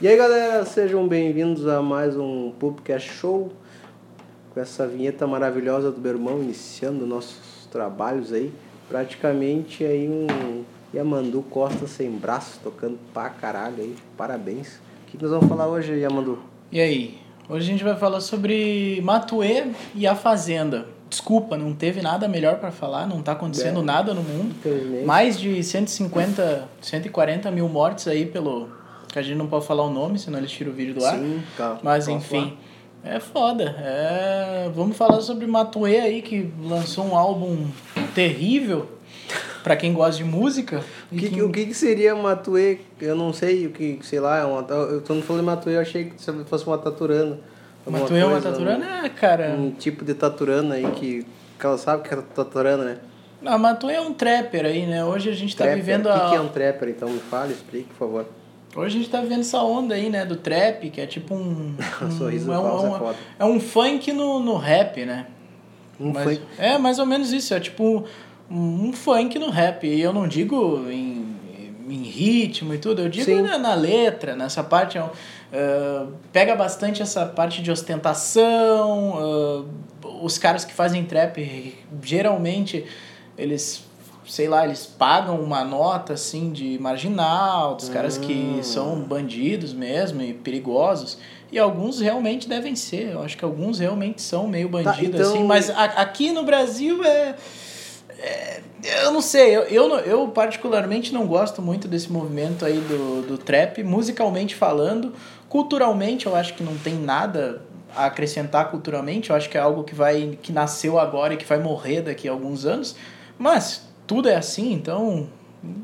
E aí galera, sejam bem-vindos a mais um Pubcast Show com essa vinheta maravilhosa do meu irmão iniciando nossos trabalhos aí. Praticamente aí um Yamandu Costa sem braço, tocando pra caralho aí. Parabéns. O que nós vamos falar hoje, Yamandu? E aí? Hoje a gente vai falar sobre Matuê e a Fazenda. Desculpa, não teve nada melhor pra falar, não tá acontecendo É. nada no mundo. Infelizmente. Mais de 150, 140 mil mortes aí pelo. Que a gente não pode falar o nome, senão eles tiram o vídeo do ar. Sim, tá. Mas Posso enfim, é foda. É... Vamos falar sobre Matuê aí, que lançou um álbum terrível pra quem gosta de música. O e que, que- o que, que seria Matue? Eu não sei o que, sei lá, é uma, ta- eu quando falei Matue, eu achei que se fosse uma taturana. alguma Matuê é uma coisa, né? taturana, é, cara. Um, um tipo de taturana aí que. que ela sabe que é taturana, né? A Matuê é um trapper aí, né? Hoje a gente tá Trapper. vivendo O que, que é a... um trapper, então? Me fala, explique, por favor. Hoje a gente tá vivendo essa onda aí, né? Do trap, que é tipo um... Um sorriso é um, falso é é um- foda. é um funk no, no rap, né? Um Mas- funk. É, mais ou menos isso. É tipo um um funk no rap. E eu não digo em, em ritmo e tudo, eu digo Sim. na, na letra, nessa parte. é um- ah, pega bastante essa parte de ostentação. ah, os caras que fazem trap, geralmente, eles. Sei lá, eles pagam uma nota assim de marginal, dos caras que Hum. são bandidos mesmo e perigosos. E alguns realmente devem ser, eu acho que alguns realmente são meio Tá, bandido, então- assim, mas a- aqui no Brasil é. é- eu não sei, eu, eu, não- eu particularmente não gosto muito desse movimento aí do, do trap, musicalmente falando. Culturalmente, eu acho que não tem nada a acrescentar culturalmente, eu acho que é algo que vai que nasceu agora e que vai morrer daqui a alguns anos. Mas tudo é assim, então.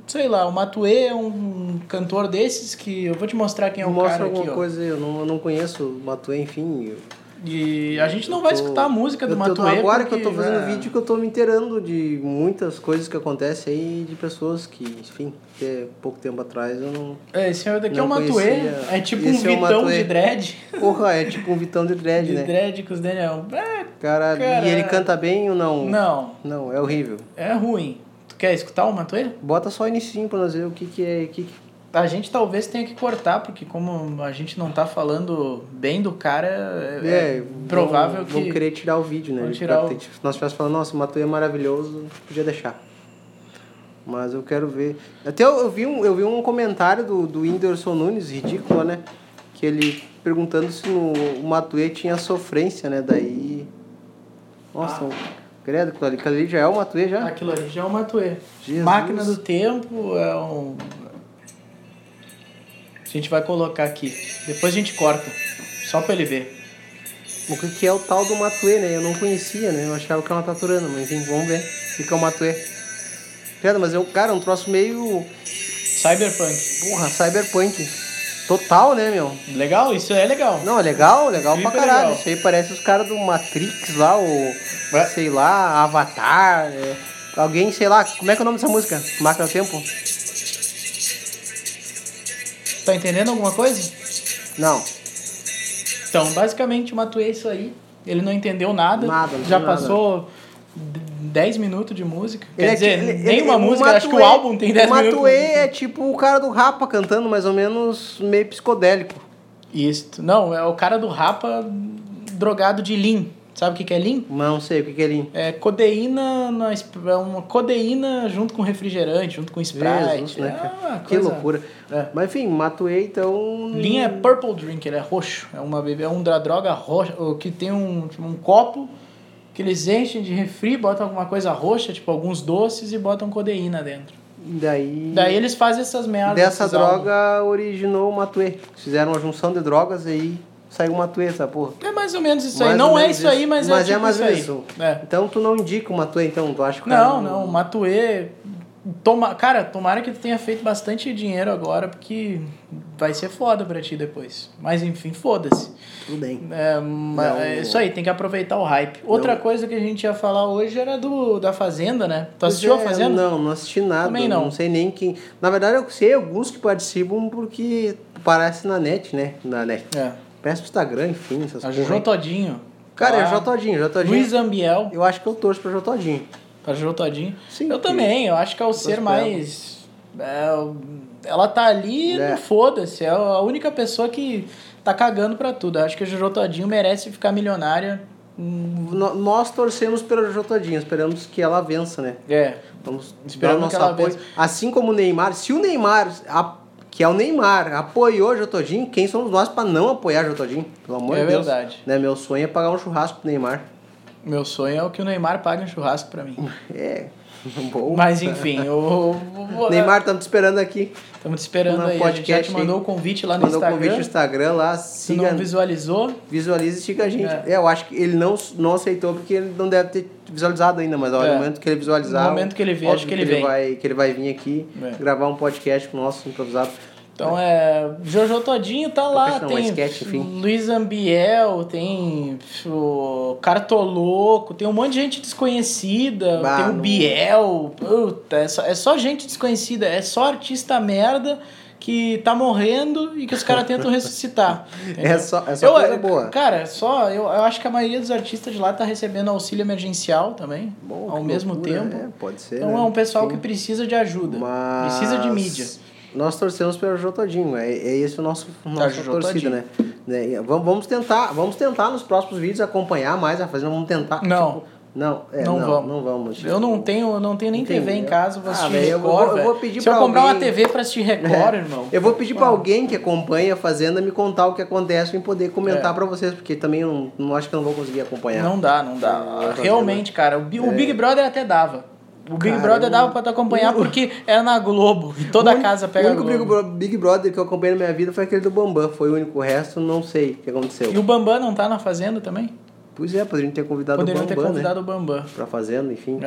Sei lá, o Matuê é um cantor desses que eu vou te mostrar quem é o Mostra cara alguma aqui, ó. coisa aí, eu não, eu não conheço Matue, enfim. eu- E a gente não vai Eu tô- escutar a música do eu tô- Matuê. Agora que eu tô porque, fazendo um é, vídeo que eu tô me inteirando de muitas coisas que acontecem aí, de pessoas que, enfim, até pouco tempo atrás eu não. É, esse é daqui é o Não Matuê. conhecia. É tipo Esse um é o vitão Matuê. de dread. Porra, é tipo um Vitão de dread, de né? dread com os Daniel. É, Caralho. Caralho. E ele canta bem ou não? não, Não, é horrível. é ruim. Tu quer escutar o Matuê? Bota só inicinho pra nós ver o que que é. o Que que... A gente talvez tenha que cortar, porque como a gente não tá falando bem do cara, é, é provável vão, Vão que. querer tirar o vídeo, né? vão Ele tirar pode o- ter- Se nós estivéssemos falando, nossa, o Matuê é maravilhoso, podia deixar. Mas eu quero ver. Até eu, eu vi, um, eu vi um comentário do, do Whindersson Nunes, ridículo, né? Que ele perguntando se o, o Matuê tinha sofrência, né? Daí. Nossa, Ah. um... credo, aquilo ali- aquilo ali já é o Matuê já? Aquilo ali já é o Matuê. Jesus. Máquina do Tempo é um. A gente vai colocar aqui. Depois a gente corta. Só pra ele ver. O que que é o tal do Matuê, né? Eu não conhecia, né? Eu achava que era uma taturana, mas enfim, vamos ver. O que que é o Matuê? Credo, mas eu, cara, é um troço meio. Cyberpunk. Porra, cyberpunk. Total, né, meu? Legal? Isso é legal. Não, é legal, legal Clipe pra é caralho. legal. Isso aí parece os caras do Matrix lá, o. É. Sei lá, Avatar. é. Alguém, sei lá, como é que é o nome dessa música? Máquina do Tempo? Tá entendendo alguma coisa? Não. Então, basicamente, o Matuê é isso aí. Ele não entendeu nada. Nada, não Já entendeu passou d- 10 minutos de música. Quer Ele é dizer, que- ele- nem ele- uma o música, acho que o Matuê- álbum tem 10 O minutos. né? Matuê é tipo o cara do Rapa cantando, mais ou menos meio psicodélico. Isso. Não, é o cara do Rapa drogado de Lean. Sabe o que que é Lean? Mas não sei o que, que é ele. É codeína, na es- é uma codeína junto com refrigerante, junto com Sprite. Jesus, né, É uma Que coisa- loucura. É. Mas enfim, Matuê, então. Linha é purple drink, ele é roxo. É uma bebida, é um da droga roxa, ou que tem um, tipo, um copo que eles enchem de refri, botam alguma coisa roxa, tipo alguns doces e botam codeína dentro. Daí. Daí eles fazem essas merdas. Dessa esses álbuns. droga originou o Matuê. Fizeram uma junção de drogas e aí saiu o Matuê, essa porra. É mais ou menos isso Mais aí. ou Não é menos isso aí, mas, é, tipo mais isso aí. isso. É. Então tu não indica o Matuê, então? Tu acha que o cara Não, não, Matuê. Toma, cara, tomara que tu tenha feito bastante dinheiro agora, porque vai ser foda pra ti depois. Mas enfim, foda-se. Tudo bem. É, mas Não. é isso aí, tem que aproveitar o hype. Outra coisa que a gente ia falar hoje era do da Fazenda, né? Tu assistiu Pois a é, Fazenda? Não, não assisti nada. Também não. sei nem quem. Na verdade, eu sei alguns que participam porque parece na net, né? Na net. É. Peço pro Instagram, enfim, essas A porra aí. Jojo Todinho. Cara, é Ah, Jotodinho, Jotodinho. Luiz Ambiel. Eu acho que eu torço pra Jotodinho. Pra Jojo Todinho. Sim, eu que- também, eu acho que é o ser pra mais. é, o- ela tá ali, É. não foda-se. É a única pessoa que tá cagando pra tudo. Eu acho que a Jojo Todinho merece ficar milionária. Hum, No- Nós torcemos pela Jotodinho, esperamos que ela vença, né? É. Vamos esperar Esperamos nosso que ela apoio. Assim como o Neymar, se o Neymar, a- que é o Neymar, apoiou o Jotodinho, quem somos nós pra não apoiar o Jotodinho? Pelo amor É de Deus. verdade. Né? Meu sonho é pagar um churrasco pro Neymar. Meu sonho é o que o Neymar pague um churrasco pra mim. É, bom. Mas enfim, o. o- o- Neymar, estamos te esperando aqui. Estamos te esperando No aí. A gente já podcast, te mandou hein? o convite lá Tá no Mandou o Instagram. convite no Instagram lá, Se siga, não visualizou, visualiza e siga a gente. É. É, eu acho que ele não, não aceitou porque ele não deve ter visualizado ainda, mas ó, É. no momento que ele visualizar. No momento que ele vê, óbvio acho que ele vem. Vai, que ele vai vir aqui É. gravar um podcast com o nosso improvisado. Então é. Jojo Todinho tá lá, Não, tem é sketch, enfim. Luiz Ambiel, tem o Cartoloco, tem um monte de gente desconhecida, Bah, tem o não- Biel, puta, é só, é só gente desconhecida, é só artista merda que tá morrendo e que os caras tentam ressuscitar. entendeu? É só, é só coisa boa. Cara, só, eu, eu acho que a maioria dos artistas de lá tá recebendo auxílio emergencial também, Bom, ao que mesmo loucura, tempo. né? pode ser. Então né? é um pessoal Sim. que precisa de ajuda, Mas precisa de mídia. Nós torcemos pelo Jotodinho, é, é esse o nosso nossa Jotadinho. torcida, né? Né, e Vamos, vamos tentar, vamos tentar nos próximos vídeos acompanhar mais a fazer, vamos tentar. Não. tipo, não, é, não, Não vamos. vamos. não vamos. tipo, Eu não tenho, eu não tenho nem Entendi. TV em casa, vou Ah, assistir velho, eu Record. vou- eu velho. vou pedir Se eu pra comprar uma alguém- É. TV pra assistir Record, irmão. Eu vou pedir pra alguém que acompanha a Fazenda me contar o que acontece e poder comentar É. pra vocês, porque também eu não, não acho que eu não vou conseguir acompanhar. Não dá, não É, Eu dá. também Realmente, cara, o, Bi- o Big Brother até dava. O Big Cara, Brother eu- dava pra tu acompanhar porque era na Globo e toda O único- casa pega O a único Big Globo. Bro- Big Brother que eu acompanhei na minha vida foi aquele do Bambam, foi o único, o resto não sei o que aconteceu. E o Bambam não tá na Fazenda também? Pois é, poderiam ter convidado Poderiam o ter Bambam, né? convidado o Bambam. Pra Fazenda, enfim.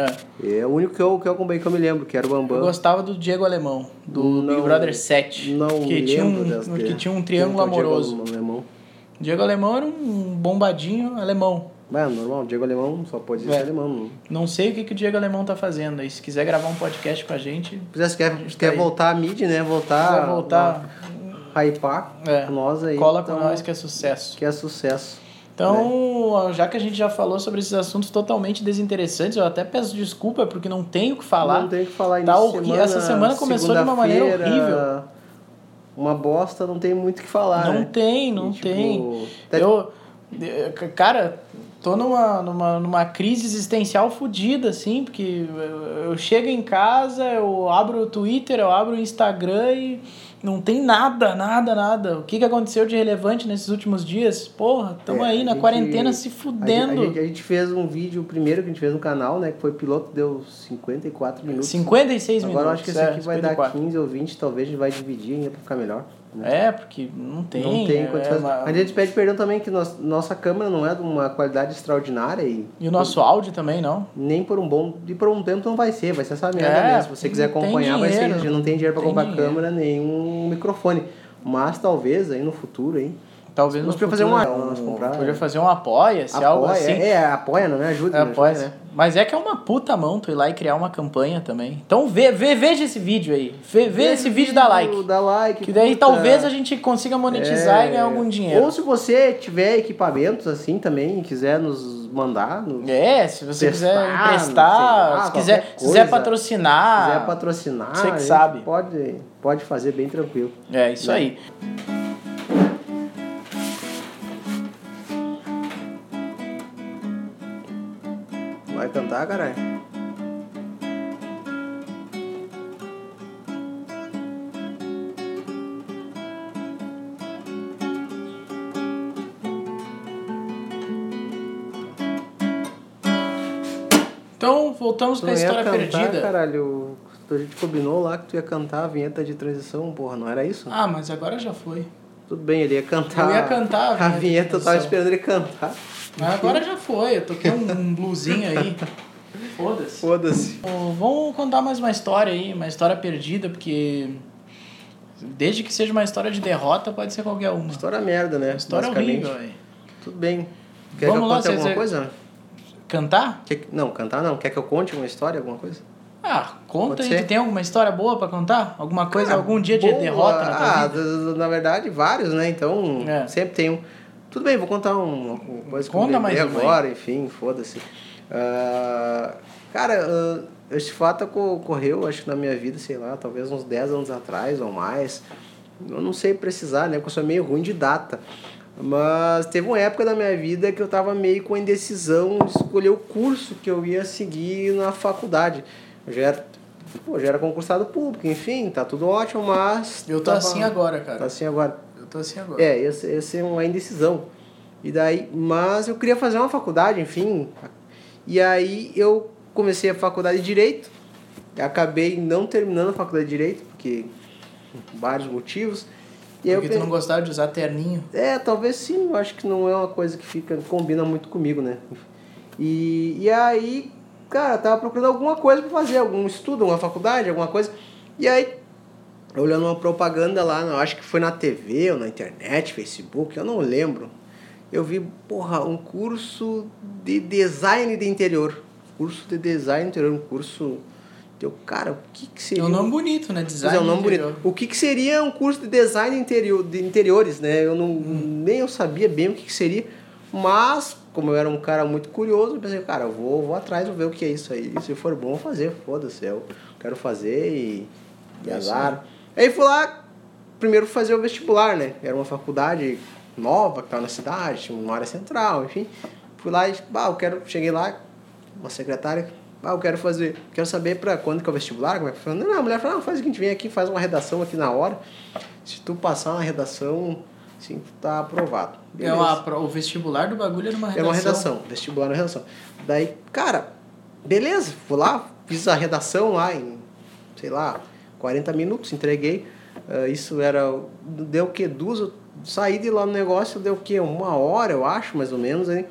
É. É. o único que eu, que eu acompanhei que eu me lembro, que era o Eu Bambam. gostava do Diego Alemão, do Big Não- Brother 7. Não que lembro tinha um, das- Que tinha um triângulo Diego amoroso. Alemão. Diego Alemão era um bombadinho alemão. Mas é normal, Diego Alemão só pode ser É. alemão. Não. Não sei o que, que o Diego Alemão tá fazendo aí. Se quiser gravar um podcast com a gente, Pois é, se quer, gente se tá quer aí. voltar a mid, né? quiser Voltar. voltar, a Hypar, É. nós aí. cola com então, nós que é sucesso. Que é sucesso. Então, já que a gente já falou sobre esses assuntos totalmente desinteressantes, eu até peço desculpa porque não tenho o que falar. Não tem o que falar ainda. Tá horri- essa semana começou de uma maneira horrível. Uma bosta, não tem muito o que falar. Não né? tem, não E, tipo, tem. até- Eu, eh, c- cara, tô numa, numa, numa crise existencial fodida, assim, porque eu, eu chego em casa, eu abro o Twitter, eu abro o Instagram e não tem nada, nada, nada. O que, que aconteceu de relevante nesses últimos dias? Porra, tamo É, aí a na gente- quarentena se A gente, a, fudendo. gente, a gente fez um vídeo, o primeiro que a gente fez no canal, né? Que foi piloto, deu 54 minutos. 56 minutos. é Agora eu acho que esse é, aqui vai 54. dar 15 ou 20, talvez a gente vai dividir ainda pra ficar melhor. né? É, porque não tem. não tem é, quanto é faz- uma- Mas a gente pede perdão também que nós- nossa câmera não é de uma qualidade extraordinária e E o nosso áudio também, não? nem por um bom. E por um tempo não vai ser, vai ser essa merda É, mesmo. Se você não quiser tem acompanhar, vai ser. dinheiro. A gente não tem dinheiro pra Tem comprar dinheiro. câmera nem um microfone. Mas talvez aí no futuro, hein? Talvez Nós no podíamos fazer futuro, um- nós comprar, Podia né? fazer um apoia-se, algo Apoia, assim. é, é, apoia, não me ajuda. É, me ajuda, pois. né? Mas é que é uma puta mão tu ir lá e criar uma campanha também. Então vê, vê, veja esse vídeo aí. Vê, vê, esse vídeo e dá like. Dá like. Que daí curta. talvez a gente consiga monetizar e ganhar algum dinheiro. É. Ou se você tiver equipamentos assim também e quiser nos mandar, no, É, se você Testar, quiser não sei emprestar, lá, se quiser, qualquer se quiser coisa. patrocinar. quiser patrocinar, Ah. você que a gente sabe. Pode, pode fazer bem tranquilo. É, isso né? aí. Vai cantar, caralho? Então voltamos com a história perdida. caralho. A gente combinou lá que tu ia cantar a vinheta de transição, porra, não era isso? Ah, mas agora já foi. Tudo bem, ele ia cantar. Eu ia cantar a a vinheta de vinheta. Eu tava transição. esperando ele cantar. Mas agora já foi, eu toquei um, um bluesinho aí. Foda-se. Foda-se. Ô, Vamos contar mais uma história aí, uma história perdida, porque desde que seja uma história de derrota, pode ser qualquer uma. História merda, né? História é Basicamente. horrível aí. Tudo bem. Quer Vamos que eu lá, conte vocês- é- alguma coisa? Cantar? Quer que- Não, cantar não. Quer que eu conte uma história, alguma coisa? Ah, conta Pode aí. ser. Tu tem alguma história boa pra contar? Alguma coisa, Cara, algum dia de Ah, boa. derrota na tua ah, vida? d- d- na verdade, vários, né? Então, É. sempre tem um. Tudo bem, vou contar um, uma coisa que eu Conta lembrei mais uma aí. agora, enfim, foda-se. Ah, cara, ah, esse fato aco- ocorreu, acho que na minha vida, sei lá, talvez uns 10 anos atrás ou mais. Eu não sei precisar, né? Porque eu sou meio ruim de data. Mas teve uma época da minha vida que eu tava meio com a indecisão de escolher o curso que eu ia seguir na faculdade. Eu já era, pô, já era concursado público, enfim, tá tudo ótimo, mas. Eu tô tava- assim agora, Tá cara. assim agora. Eu tô assim agora. É, essa essa é uma indecisão. E daí, mas eu queria fazer uma faculdade, enfim. E aí eu comecei a faculdade de direito. Acabei não terminando a faculdade de direito, porque vários motivos. E aí eu Porque tu pe- não gostava de usar terninho. é, talvez sim, eu acho que não é uma coisa que fica, combina muito comigo, né? E, e aí, cara, eu tava procurando alguma coisa pra fazer, algum estudo, uma faculdade, alguma coisa. E aí, olhando uma propaganda lá, eu acho que foi na TV ou na internet, Facebook, eu não lembro. Eu vi, porra, um curso de design de interior. Curso de design interior, um curso. Deu, cara, o que que É seria? um um- nome bonito, né? Design. Pois é, um nome interior. bonito. O que, que seria um curso de design interior, de interiores, né? Eu não, Hum. nem eu sabia bem o que, que seria, mas como eu era um cara muito curioso, eu pensei, cara, eu vou, vou atrás, vou ver o que é isso aí. Se for bom, eu vou fazer, foda-se, é eu quero fazer e, e É isso azar. Aí fui lá, primeiro fui fazer o vestibular, né? Era uma faculdade nova que estava na cidade, tinha uma área central, enfim. Fui lá e, bah, eu quero, cheguei lá, uma secretária, ah, eu quero fazer, quero saber pra quando que é o vestibular, como é que funciona. Não, a mulher falou, não, faz o seguinte, vem aqui, faz uma redação aqui na hora. Se tu passar na redação, sim, tu tá aprovado. É uma, pro- o vestibular do bagulho era uma É redação. uma redação, vestibular na redação. Daí, cara, beleza, fui lá, fiz a redação lá em, sei lá, 40 minutos, entreguei. Ah, isso era, deu o que? Duas, eu saí de lá no negócio, deu o que? Uma hora, eu acho, mais ou menos. Aí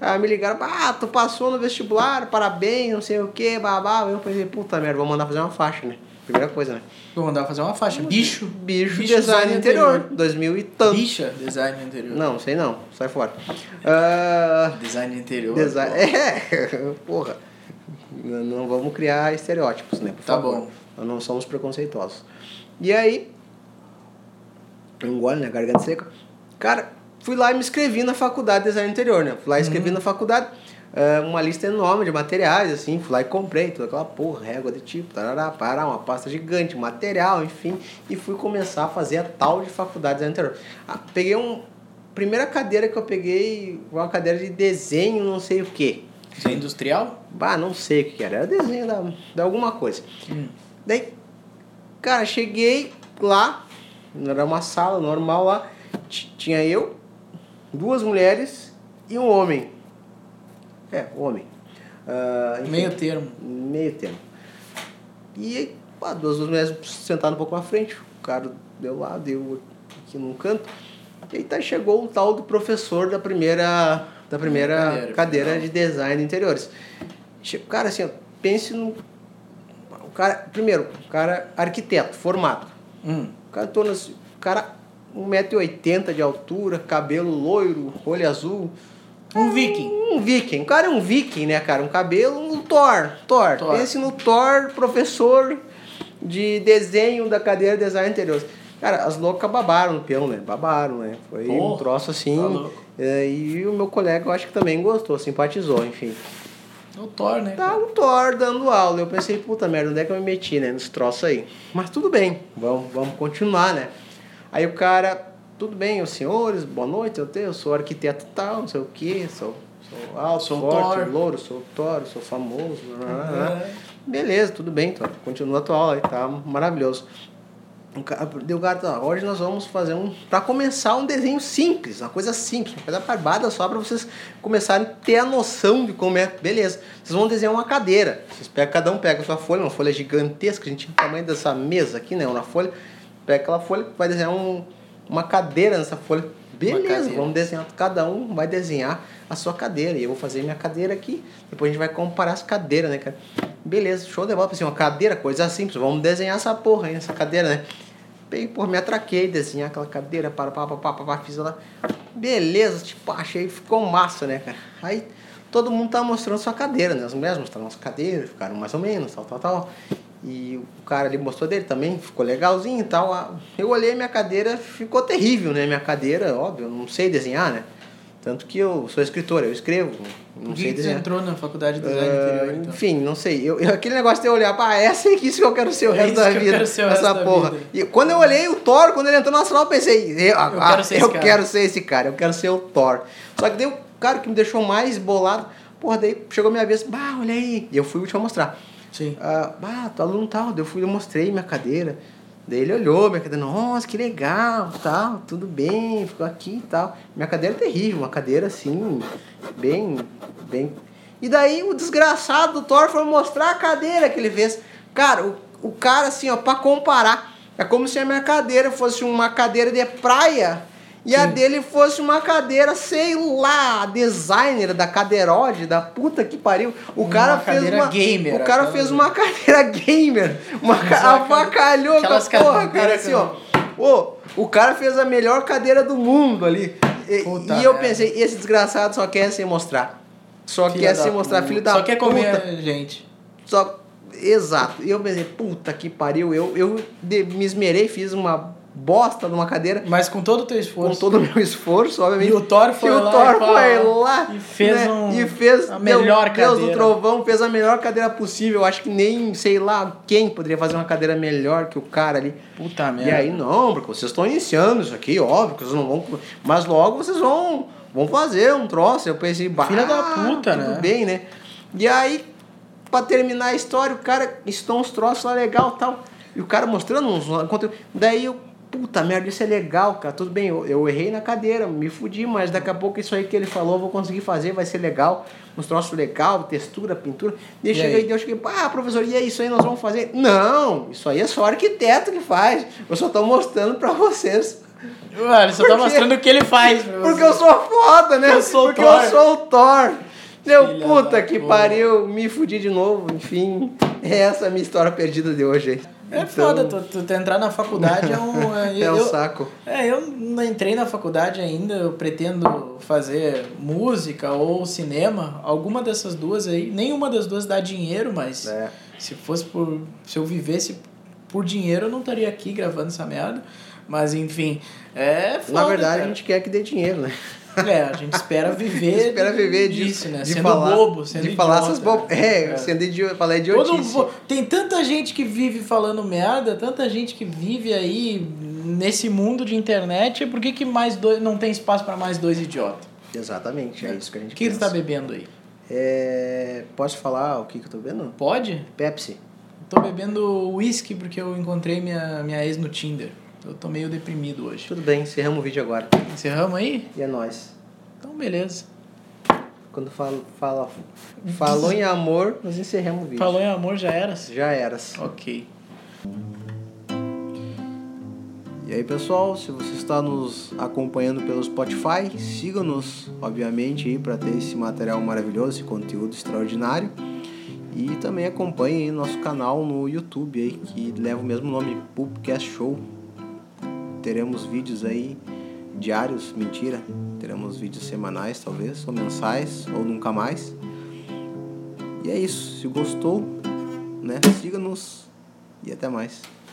Ah, me ligaram, ah, tu passou no vestibular, parabéns, não sei o que, babá. Eu pensei, puta merda, vou mandar fazer uma faixa, né? Primeira coisa, né? Vou mandar fazer uma faixa. Bicho. Bicho, design, interior, 2000 e tanto. Bicha, design interior. Não, sei não, sai fora. Ah, Design interior. Design. pô. É, porra. N- Não vamos criar estereótipos, né? Por Tá favor. bom. Nós não somos preconceituosos. E aí. Eu engole, né? Garganta seca. Cara, fui lá e me inscrevi na faculdade de design interior, né? Fui Uhum. lá e escrevi na faculdade. ah, uma lista enorme de materiais, assim, fui lá e comprei toda aquela porra, régua de tipo, tarará, pará, uma pasta gigante, material, enfim, e fui começar a fazer a tal de faculdade de design interior. Ah, peguei um. Primeira cadeira que eu peguei, foi uma cadeira de desenho, não sei o que. Design industrial? Bah, não sei o que que era. Era desenho da, da alguma coisa. Hum. Daí, cara, cheguei lá, era uma sala normal lá, ti- tinha eu, duas mulheres e um homem. É, homem. Ah, enfim, Meio termo. meio tempo. E aí, pá, duas duas mulheres sentaram um pouco à frente, o cara deu lá, deu aqui num canto. E aí tá, chegou o tal do professor da primeira, da primeira Cadeira, cadeira, final. de design de interiores. Che- Cara, assim, ó, pense no. O cara, primeiro, o cara arquiteto, formado. Hum. O cara torna-se. O cara, 1,80m de altura, cabelo loiro, olho azul. Um viking. Um viking. O cara é um viking, né, cara? Um cabelo, um Thor. Thor. Thor. Pense no Thor, professor de desenho da cadeira de design interior. Cara, as loucas babaram no peão, né? Babaram, né? Foi Porra, um troço tá assim. louco. É, e o meu colega, eu acho que também gostou, simpatizou, enfim. É o Thor, né? Tá o Thor dando aula. Eu pensei, puta merda, onde é que eu me meti, né? Nesse troço aí. Mas tudo bem, vamos, vamos continuar, né? Aí o cara, tudo bem, os senhores, boa noite, eu, tenho, eu sou arquiteto tal, não sei o quê, sou, sou alto, Sou sou o forte, Thor." louro, sou Thor, sou famoso. blá, blá, blá. É. Beleza, tudo bem, Thor. Continua a tua aula aí, tá maravilhoso. O cara, deu o cara, tá, hoje nós vamos fazer um. Pra começar, um desenho simples, uma coisa simples, uma coisa barbada só pra vocês começarem a ter a noção de como é. Beleza, vocês vão desenhar uma cadeira. Vocês pegam, cada um pega a sua folha, uma folha gigantesca, a gente tinha o tamanho dessa mesa aqui, né? Uma folha. Pega aquela folha, vai desenhar um- uma cadeira nessa folha. Beleza, cadeira. vamos desenhar, cada um vai desenhar a sua cadeira. E eu vou fazer minha cadeira aqui. Depois a gente vai comparar as cadeiras, né, cara? Beleza, show de bola. Pensei, uma cadeira, coisa simples. Vamos desenhar essa porra aí, essa cadeira, né? Peguei, porra, me atraquei, desenhar aquela cadeira, para, pá, pá, pá, pá, pá, fiz lá. Beleza, tipo, achei, ficou massa, né, cara? Aí tá todo mundo tava mostrando sua cadeira, né? As mulheres mostraram as cadeiras, ficaram mais ou menos, tal, tal, tal. E o cara ali mostrou dele também, ficou legalzinho e tal. Ah, Eu olhei minha cadeira, ficou terrível, né? Minha cadeira, óbvio, eu não sei desenhar, né? Tanto que eu sou escritor, eu escrevo, não Por que sei que você desenhar. entrou na faculdade de design Ah, interior, então? Enfim, não sei. Eu, eu- aquele negócio de eu olhar, pá, essa é isso que eu quero ser o É resto isso da que eu vida. quero ser o essa resto da porra. vida. E quando eu olhei o Thor, quando ele entrou no astral, eu pensei, eu, ah, quero ser eu esse cara. quero ser esse cara, eu quero ser o Thor. Só que daí o cara que me deixou mais bolado, porra, daí chegou minha vez, bah, olha aí. E eu fui o último a mostrar. Sim. Ah, bah, tu aluno tal, daí eu fui, eu mostrei minha cadeira. Daí ele olhou minha cadeira, nossa, que legal, tal, tudo bem, ficou aqui e tal. Minha cadeira é terrível, uma cadeira assim, bem, bem. E daí o desgraçado do Thor foi mostrar a cadeira que ele fez. Cara, o, o cara assim, ó, pra comparar, é como se a minha cadeira fosse uma cadeira de praia e a Sim. dele fosse uma cadeira, sei lá, a designer da cadeiroide, da puta que pariu. O Uma cara fez cadeira uma gamer, O cara aquela- fez uma cadeira gamer. Uma ca... Aquela- avacalhou com a aquelas porra, cadeiras cara, que- assim, ó. Ô, o cara fez a melhor cadeira do mundo ali. E, Puta e eu merda. pensei, esse desgraçado só quer se mostrar. Só Filha quer da se mostrar, puta. filho da Só quer comer puta. gente. Só. Exato. E eu pensei, puta que pariu. Eu, eu de- me esmerei, fiz uma bosta numa cadeira Mas com todo o teu com esforço. todo o meu esforço, obviamente. E o Thor foi E o lá Thor e pá, foi lá e fez né, um- e fez a melhor Deus Deus do cadeira. Trovão fez a melhor cadeira possível. Eu Acho que nem, sei lá, quem poderia fazer uma cadeira melhor que o cara ali. Puta merda. E aí, não, porque vocês estão iniciando isso aqui, óbvio, que vocês não vão. Mas logo vocês vão, vão fazer um troço. Eu pensei, bah, Filha da puta, tudo né? bem, né? E aí, pra terminar a história, o cara, estão uns troços lá legal e tal. E o cara mostrando uns conteúdo. Daí eu, puta merda, isso é legal, cara. Tudo bem, eu, eu errei na cadeira, me fudi, mas daqui a pouco isso aí que ele falou, eu vou conseguir fazer, vai ser legal. Uns troços legal, textura, pintura. E Deixa eu aí? cheguei, daí eu cheguei, ah, professor, e é isso aí, nós vamos fazer. Não, isso aí é só arquiteto que faz. Eu só tô mostrando pra vocês. Mano, ele só tá Por quê? mostrando o que ele faz. pra Porque você. eu sou foda, né? Eu sou o Porque Thor. eu sou o Thor. Meu Filha da puta que porra. pariu, me fudi de novo, enfim. É essa a minha história perdida de hoje. aí. É Então, foda, tu, tu, tu entrar na faculdade é um. É, É um eu- saco. É, eu não entrei na faculdade ainda, eu pretendo fazer música ou cinema, alguma dessas duas aí. Nenhuma das duas dá dinheiro, mas É. se fosse por. Se eu vivesse por dinheiro, eu não estaria aqui gravando essa merda. Mas enfim, é foda. Na verdade, cara. a gente quer que dê dinheiro, né? É, a gente espera viver. Espera viver disso, disso, né? De sendo falar, bobo, sendo De falar idiota. essas bo... É, sendo idiota, falar Todo idiotice. vo- Tem tanta gente que vive falando merda, tanta gente que vive aí nesse mundo de internet, por que, que mais dois não tem espaço pra mais dois idiotas? Exatamente, é isso que a gente O que tu pensa. tá bebendo aí? É, posso falar o que, que eu tô vendo? Pode? Pepsi. Tô bebendo whisky porque eu encontrei minha, minha ex no Tinder. Eu tô meio deprimido hoje. Tudo bem, encerramos o vídeo agora. Encerramos aí? E é nóis. Então, beleza. Quando falo, fala, falou em amor, nós encerramos o vídeo. Falou em amor, já era? Já eras. Ok. E aí, pessoal, se você está nos acompanhando pelo Spotify, siga-nos, obviamente, aí para ter esse material maravilhoso, esse conteúdo extraordinário. E também acompanhe aí nosso canal no YouTube aí, que leva o mesmo nome, Pubcast Show. Teremos vídeos aí diários, mentira. Teremos vídeos semanais, talvez, ou mensais, ou nunca mais. E é isso. Se gostou, né? Siga-nos e até mais.